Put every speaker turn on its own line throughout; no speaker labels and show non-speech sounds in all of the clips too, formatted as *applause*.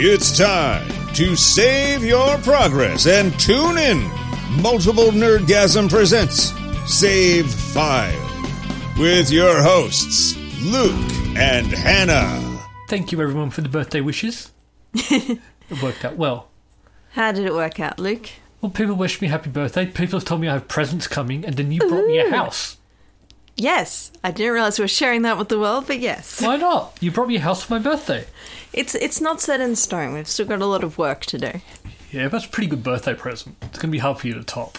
It's time to save your progress and tune in. Multiple Nerdgasm presents Save File with your hosts, Luke and Hannah.
Thank you, everyone, for the birthday wishes. it worked out well.
How did it work out, Luke?
Well, people wish me happy birthday. People have told me I have presents coming, and then you brought me a house.
Yes, I didn't realize we were sharing that with the world, but yes,
Why not? You brought me a house for my birthday.
it's it's not set in stone. We've still got a lot of work to do.
Yeah, that's a pretty good birthday present. It's going to be hard for you to top.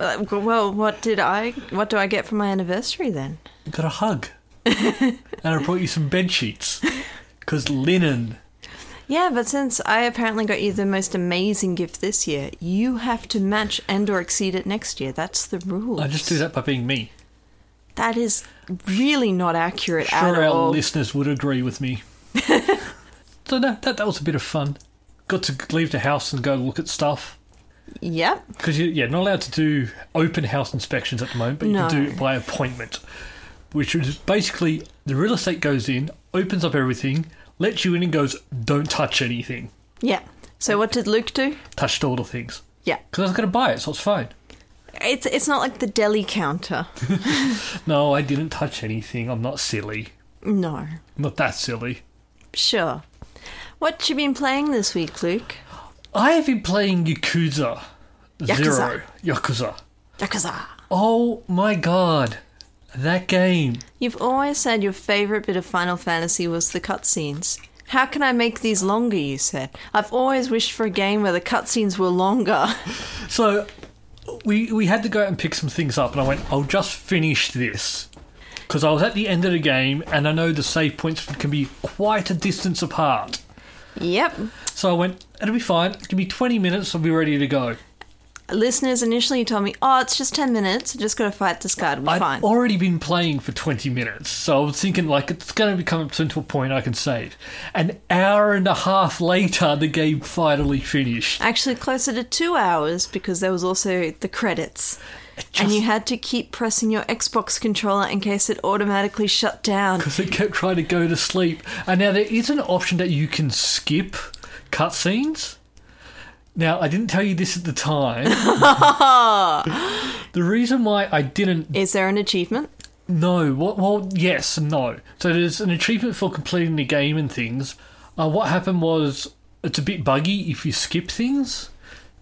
Uh, Well, what did I? What do I get for my anniversary then?
I got a hug. and I brought you some bed sheets. Because linen.
Yeah, but since I apparently got you the most amazing gift this year, you have to match and or exceed it next year. That's the rule.
I just do that by being me.
That is really not accurate
sure
at
our
all.
listeners would agree with me. so, no, that, that was a bit of fun. Got to leave the house and go look at stuff.
Yep.
Because you, yeah, not allowed to do open house inspections at the moment, but you can do it by appointment, which is basically the real estate goes in, opens up everything, lets you in, and goes, "Don't touch anything.
Yeah. So what did Luke do?
Touched all the things."
Yeah.
Because I was going to buy it, so it's fine.
It's it's not like the deli counter.
No, I didn't touch anything. I'm not silly.
No.
I'm not that silly.
Sure. What you been playing this week, Luke?
I have been playing Yakuza, Zero
Yakuza.
Yakuza.
Yakuza.
Oh my god, that game!
You've always said your favourite bit of Final Fantasy was the cutscenes. How can I make these longer, you said. I've always wished for a game where the cutscenes were longer. *laughs*
So we we had to go out and pick some things up, and I went, I'll just finish this because I was at the end of the game, and I know the save points can be quite a distance apart.
yep.
So I went, it'll be fine. Give me twenty minutes, I'll be ready to go.
Listeners initially told me, oh, it's just 10 minutes, I just gotta fight this guy, it'll be
I've
fine.
already been playing for twenty minutes, so I was thinking like it's going to become up to a point I can save. An hour and a half later, the game finally finished.
Actually, closer to two hours because there was also the credits. And you had to keep pressing your Xbox controller in case it automatically shut
*laughs*
down.
because it kept trying to go to sleep. And now there is an option that you can skip cutscenes. Now I didn't tell you this at the time. the reason why I didn't
Is there an achievement?
know what well yes and no. So there's an achievement for completing the game and things. Uh, what happened was it's a bit buggy if you skip things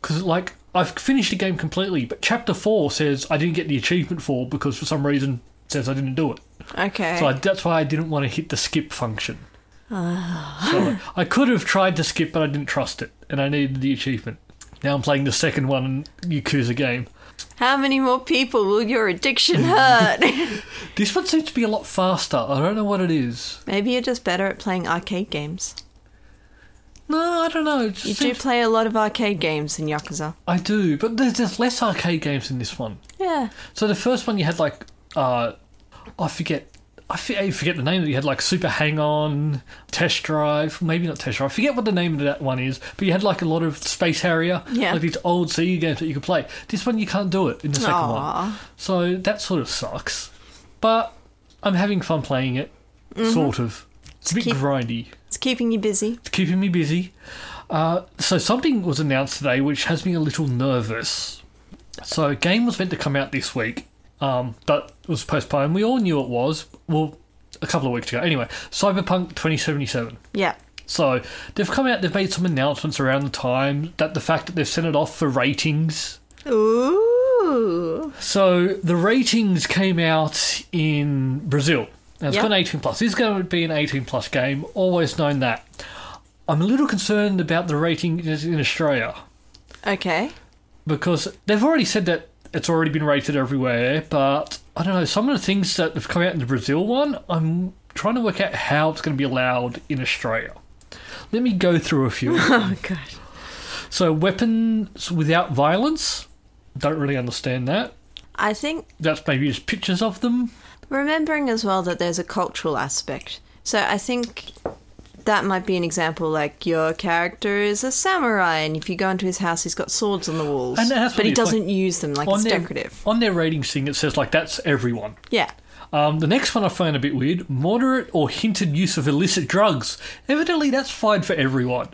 because like I've finished the game completely, but chapter four says I didn't get the achievement for because for some reason it says I didn't do it.
Okay.
So I, that's why I didn't want to hit the skip function.
Ah.
so I could have tried to skip, but I didn't trust it, and I needed the achievement. Now I'm playing the second one in Yakuza game.
How many more people will your addiction hurt?
*laughs* This one seems to be a lot faster. I don't know what it is.
Maybe you're just better at playing arcade games.
No, I don't know. It just
You do
*laughs* seems-
play a lot of arcade games in Yakuza.
I do, but there's, there's less arcade games in this one.
Yeah.
So the first one you had like, uh, I forget. I fe- I forget the name that you had like Super Hang On, Test Drive, maybe not Test Drive. I forget what the name of that one is, but you had like a lot of Space Harrier,
Yeah.
like these old Sega games that you could play. This one you can't do it in the second one,
Aw.
so that sort of sucks. But I'm having fun playing it, sort of. It's a bit
Mm-hmm. keep-
grindy.
It's keeping you busy.
It's keeping me busy. Uh, so something was announced today, which has me a little nervous. So a game was meant to come out this week, um, but it was postponed. We all knew it was. Well, a couple of weeks ago. Anyway, Cyberpunk 2077.
Yeah.
So they've come out. They've made some announcements around the time that the fact that they've sent it off for ratings.
Ooh.
So the ratings came out in Brazil. Now it's
Yeah.
got an 18 plus. This is going to be an 18 plus game. Always known that. I'm a little concerned about the ratings in Australia *laughs*
Okay.
because they've already said that it's already been rated everywhere. But I don't know. Some of the things that have come out in the Brazil one, I'm trying to work out how it's going to be allowed in Australia. Let me go through a few.
*laughs* Oh, God.
so weapons without violence. Don't really understand that.
I think
That's maybe just pictures of them.
remembering as well that there's a cultural aspect. So I think that might be an example like your character is a samurai, and if you go into his house, he's got swords on the walls.
And that's what
but he
it's like-
doesn't use them, like it's
their,
decorative.
On their ratings thing, it says like that's everyone.
Yeah.
Um, the next one I found a bit weird: moderate or hinted use of illicit drugs. Evidently, that's fine for everyone.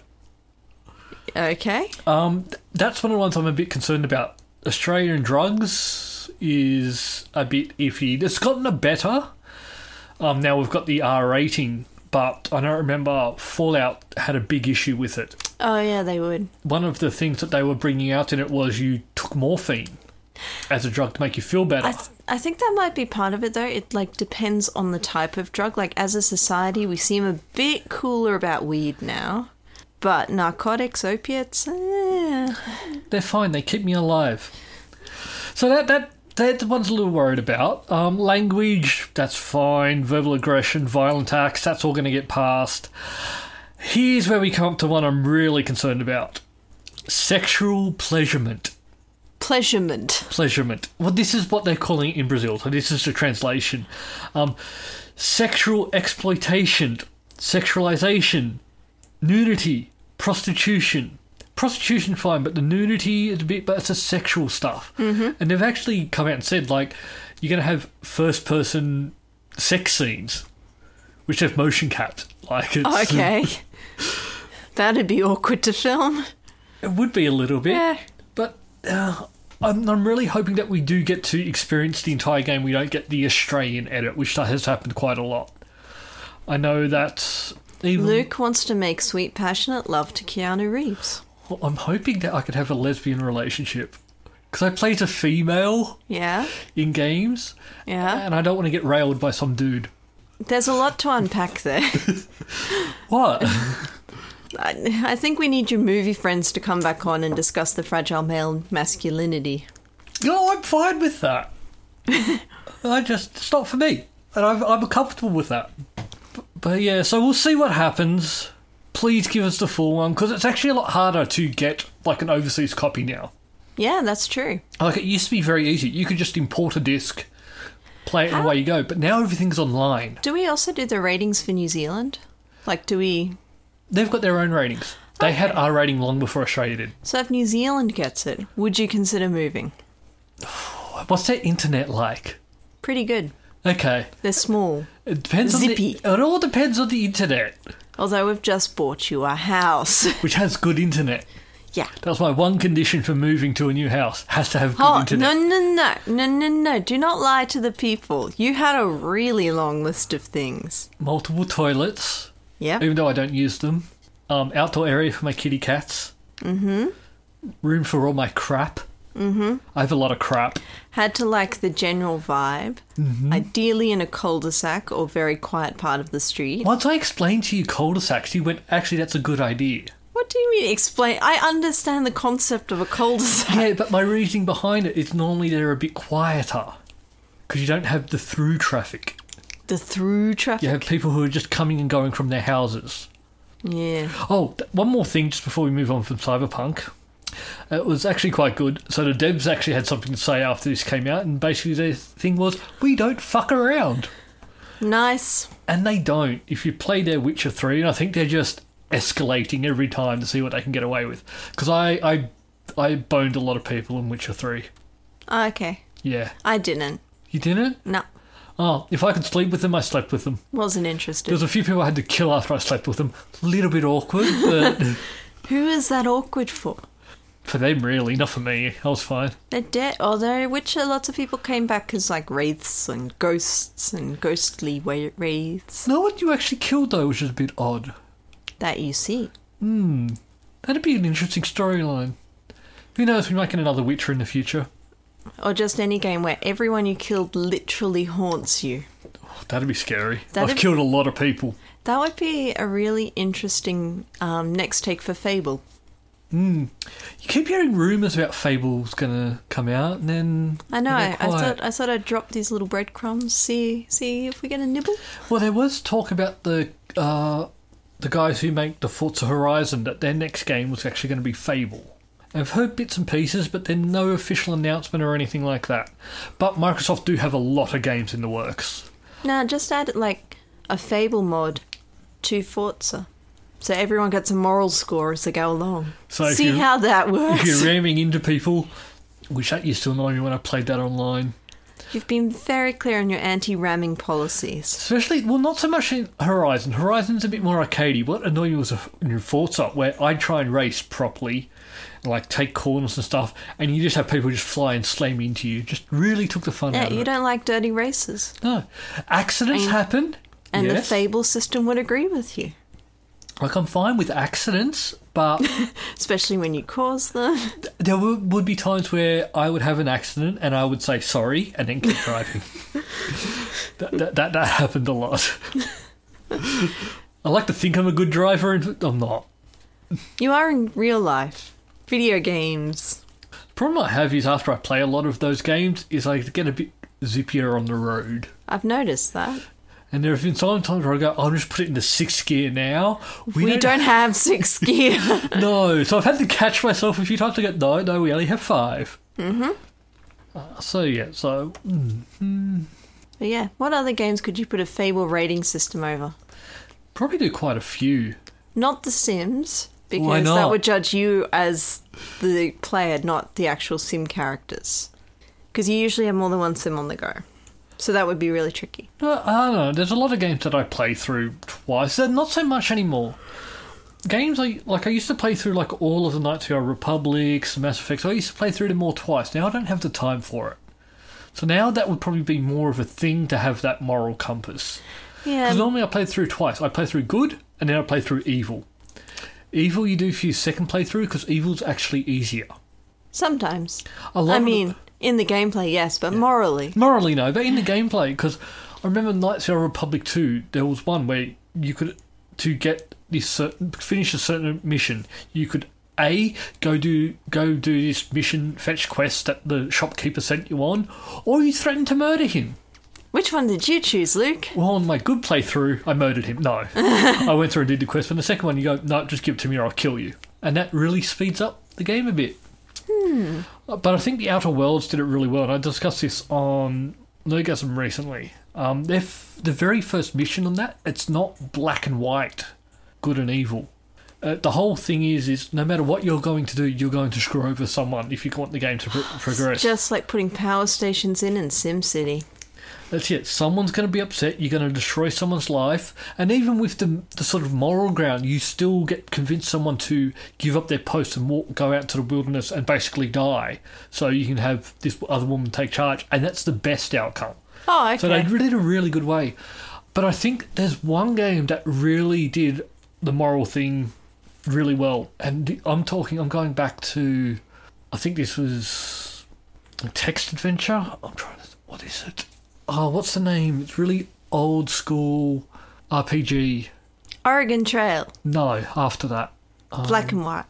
Okay.
Um, th- that's one of the ones I'm a bit concerned about. Australia and drugs is a bit iffy. It's gotten a better. Um, now we've got the R rating, but I don't remember Fallout had a big issue with it.
Oh yeah, they would.
One of the things that they were bringing out in it was you took morphine as a drug to make you feel better.
I, th- I think that might be part of it though. It like depends on the type of drug. Like as a society, we seem a bit cooler about weed now, but narcotics, opiates, eh.
They're fine. They keep me alive. So that that that one's a little worried about. Um, language, that's fine. Verbal aggression, violent acts, that's all going to get passed. Here's where we come up to one I'm really concerned about: sexual pleasurement.
pleasurement.
Pleasurement. Well, this is what they're calling it in Brazil. So this is the translation: um, sexual exploitation, sexualization, nudity, prostitution. Prostitution, fine, but the nudity is a bit, but it's a sexual stuff. Mm-hmm. And they've actually come out and said, like, you're going to have first person sex scenes, which have motion capped. Like, it's,
Oh, Okay. That'd be awkward to film.
*laughs* it would be a little bit.
Yeah.
But uh, I'm, I'm really hoping that we do get to experience the entire game. We don't get the Australian edit, which that has happened quite a lot. I know that even
Luke wants to make sweet, passionate love to Keanu Reeves.
Well, I'm hoping that I could have a lesbian relationship because I play as a female
Yeah,
in games,
yeah.
and I don't want to get railed by some dude.
There's a lot to unpack there.
What? *laughs*
I, I think we need your movie friends to come back on and discuss the fragile male masculinity.
no, I'm fine with that. I just it's not for me, and I'm, I'm comfortable with that. But, but yeah, so we'll see what happens. Please give us the full one because it's actually a lot harder to get like an overseas copy now.
Yeah, that's true.
Like it used to be very easy. You could just import a disc, play it, and away you go. But now everything's online.
Do we also do the ratings for New Zealand? Like, do we?
They've got their own ratings. They had our rating long before Australia did.
So if New Zealand gets it, would you consider moving?
What's their internet like?
Pretty good.
Okay,
They're small.
it depends
Zippy.
on the. It all depends on the internet,
Although we've just bought you a house. *laughs*
which has good internet.
yeah.
That's my one condition for moving to a new house has to have good
Oh, no,
internet.
no, no, no, no, no. Do not lie to the people. You had a really long list of things.
Multiple toilets,
Yeah.
even though I don't use them. Um, outdoor area for my kitty cats. Mm-hmm. Room for all my crap. Mm-hmm. I have a lot of crap.
Had to like the general vibe. Ideally in a cul-de-sac or very quiet part of the street.
Once I explained to you cul-de-sacs, you went, actually, that's a good idea.
What do you mean explain? I understand the concept of a cul-de-sac. *laughs*
Yeah, but my reasoning behind it is normally they're a bit quieter because you don't have the through traffic.
The through traffic.
You have people who are just coming and going from their houses.
Yeah.
Oh, th- one more thing just before we move on from Cyberpunk. Uh, It was actually quite good. So the devs actually had something to say after this came out, and basically their thing was, we don't fuck around.
Nice.
And they don't. If you play their Witcher 3, and I think they're just escalating every time to see what they can get away with. Because I, I, I boned a lot of people in Witcher 3.
Ah, Okay.
Yeah.
I didn't.
You didn't?
No.
Oh, if I could sleep with them, I slept with them.
Wasn't
There
interested.
was a few people I had to kill after I slept with them. A little bit awkward, but *laughs*
Who is that awkward for?
for them, really, not for me. I was fine.
They're dead. Although Witcher, uh, lots of people came back as like wraiths and ghosts and ghostly wa- wraiths
No one you actually killed, though, which is a bit odd.
that you see.
That'd be an interesting storyline. Who knows, we might get another Witcher in the future.
Or just any game where everyone you killed literally haunts you.
Oh, that'd be scary.
That'd-
I've killed a lot of people.
That would be a really interesting um, next take for Fable.
You keep hearing rumours about Fable's gonna come out, and then.
I know.
they
I,
go
I
quiet.
thought I thought I'd drop these little breadcrumbs. See, see if we get a nibble.
Well, there was talk about the uh, the guys who make the Forza Horizon that their next game was actually going to be Fable. I've heard bits and pieces, but then no official announcement or anything like that. But Microsoft do have a lot of games in the works.
Nah, just add like a Fable mod to Forza, so everyone gets a moral score as they go along.
So if
see
you-
how that works.
If you're ramming into people, which that used to annoy me when I played that online.
You've been very clear on your anti-ramming policies.
Especially, well, not so much in Horizon. Horizon's a bit more arcadey. What annoyed me was in Forza, where I try and race properly, and, like take corners and stuff, and you just have people just fly and slam into you. Just really took the fun
Yeah,
out of
you
it.
don't like dirty races,
No, accidents
And-
happen.
and the
yes.
Fable system would agree with you,
Like I'm fine with accidents, but
especially when you cause them. *laughs*
there w- would be times where I would have an accident and I would say sorry and then keep driving.
*laughs*
that, that, that that happened a lot. I like to think I'm a good driver, and I'm not.
You are in real life. Video games.
problem I have is after I play a lot of those games is I get a bit zippier on the road.
I've noticed that.
And there have been some times where I go, I'll just put it into sixth gear now.
We, don't,
*laughs*
have six gear.
No, so I've had to catch myself a few times to go, no, no, we only have five. Mm-hmm. Uh, so, yeah, so
but yeah, what other games could you put a Fable rating system over?
probably do quite a few.
Not The Sims,
Why
because that
not?
would judge you as the player, not the actual sim characters. Because you usually have more than one sim on the go. So that would be really tricky.
No, I don't know. There's a lot of games that I play through twice. They're not so much anymore. Games I like, I used to play through like all of the Knights of the Old Republic, some Mass Effects. I used to play through them all twice. Now I don't have the time for it. So now that would probably be more of a thing to have that moral compass.
Yeah.
Because normally I play through twice. I play through good, and then I play through evil. Evil you do for your second playthrough because evil's actually easier.
Sometimes.
A lot
I
of the-
mean, in the gameplay, yes, but morally.
Morally, no, but in the gameplay, because I remember Knights of the Old Republic 2, there was one where you could, to get this certain, finish a certain mission, you could A, go do go do this mission fetch quest that the shopkeeper sent you on, or you threaten to murder him.
Which one did you choose, Luke?
Well, on my good playthrough, I murdered him. No. I went through and did the quest, but the second one, you go, no, just give it to me or I'll kill you. And that really speeds up the game a bit. Uh, But I think the Outer Worlds did it really well, and I discussed this on Nergasm recently. Um, their f- the very first mission on that, it's not black and white, good and evil. Uh, the whole thing is, is no matter what you're going to do, you're going to screw over someone if you want the game to pro- progress.
Just like putting power stations in in SimCity.
That's it. Someone's going to be upset. You're going to destroy someone's life. And even with the, the sort of moral ground, you still get convinced someone to give up their post and walk, go out to the wilderness and basically die. So you can have this other woman take charge. And that's the best outcome.
Oh, okay.
So they did it in a really good way. But I think there's one game that really did the moral thing really well. And I'm talking, I'm going back to, I think this was a text adventure. I'm trying to, what is it? Oh, what's the name? It's really old school RPG.
Oregon Trail,
No, after that.
black and white.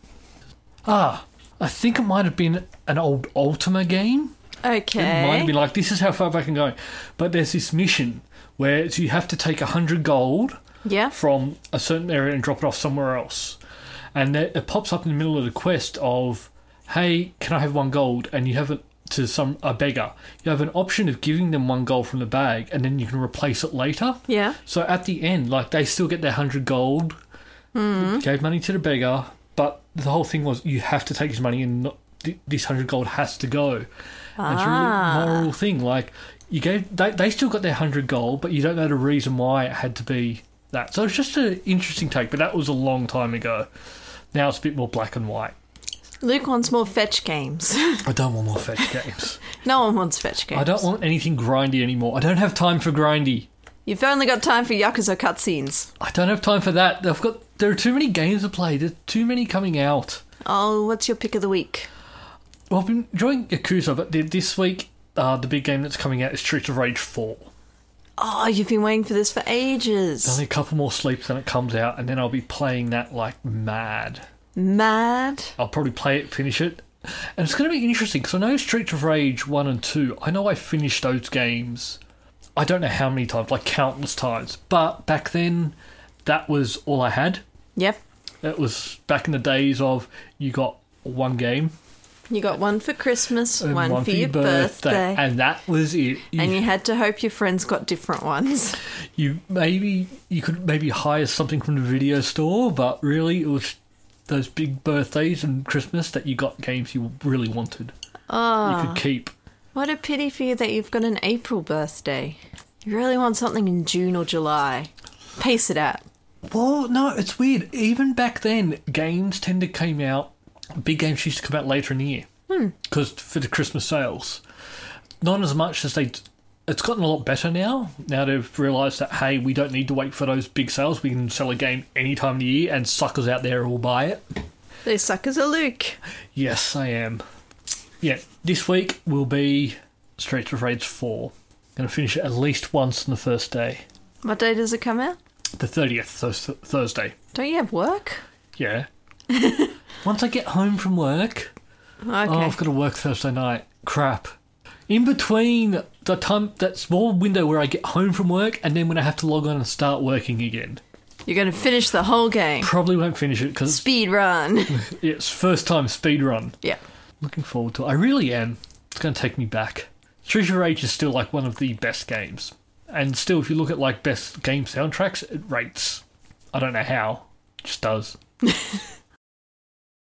Ah, I think it might have been an old Ultima game. It might
Okay.
have been like, this is how far back I can go. But there's this mission where it's, you have to take 100 gold
yeah.
from a certain area and drop it off somewhere else. And it, it pops up in the middle of the quest of, hey, can I have one gold? And you have it to some a beggar. You have an option of giving them one gold from the bag, and then you can replace it later.
Yeah.
So at the end, like they still get their hundred gold, gave money to the beggar, but the whole thing was you have to take his money and not, th- this hundred gold has to go. And it's a really moral thing. Like you gave, they, they still got their hundred gold, but you don't know the reason why it had to be that. So it's just an interesting take, but that was a long time ago. Now it's a bit more black and white.
Luke wants more fetch games. *laughs*
I don't want more fetch games.
no one wants fetch games.
I don't want anything grindy anymore. I don't have time for grindy.
You've only got time for Yakuza cutscenes.
I don't have time for that. I've got there are too many games to play. There's too many coming out.
Oh, what's your pick of the week?
Well, I've been enjoying Yakuza, but th- this week uh, the big game that's coming out is Streets of Rage Four.
Oh, you've been waiting for this for ages.
Only a couple more sleeps and it comes out, and then I'll be playing that like mad.
Mad.
I'll probably play it, finish it, and it's going to be interesting because I know Streets of Rage One and Two. I know I finished those games. I don't know how many times, like countless times. But back then, that was all I had.
Yep.
It was back in the days of you got one game,
You got one for Christmas,
and
Uh, one, for your birthday.
and that was it.
and you had to hope your friends got different ones. *laughs*
you maybe you could maybe hire something from the video store, but really it was those
Ah.
big birthdays and Christmas that you got games you really wanted. You could keep.
What a pity for you that you've got an April birthday. You really want something in June or July. Pace it out.
Well, no, it's weird. Even back then, games tend to came out. Big games used to come out later in the year because for the Christmas sales, not as much as they. It's gotten a lot better now. Now they've realised that hey, we don't need to wait for those big sales. We can sell a game any time of the year, and suckers out there will buy it.
Those suckers are Luke.
Yes, I am. Yeah, this week will be Streets of Rage 4. Going to finish it at least once on the first day,
What day does it come out?
the 30th, th- Thursday.
Don't you have work?
Yeah. *laughs* Once I get home from work,
Okay.
oh, I've got to work Thursday night. Crap. In between the time, that small window where I get home from work and then when I have to log on and start working again.
You're going to finish the whole game.
Probably won't finish it because
Speed run. *laughs*
it's first time speed run.
yeah.
Looking forward to it. I really am. It's going to take me back. Treasure Rage is still like one of the best games. And still, if you look at like best game soundtracks, it rates. I don't know how. It just does.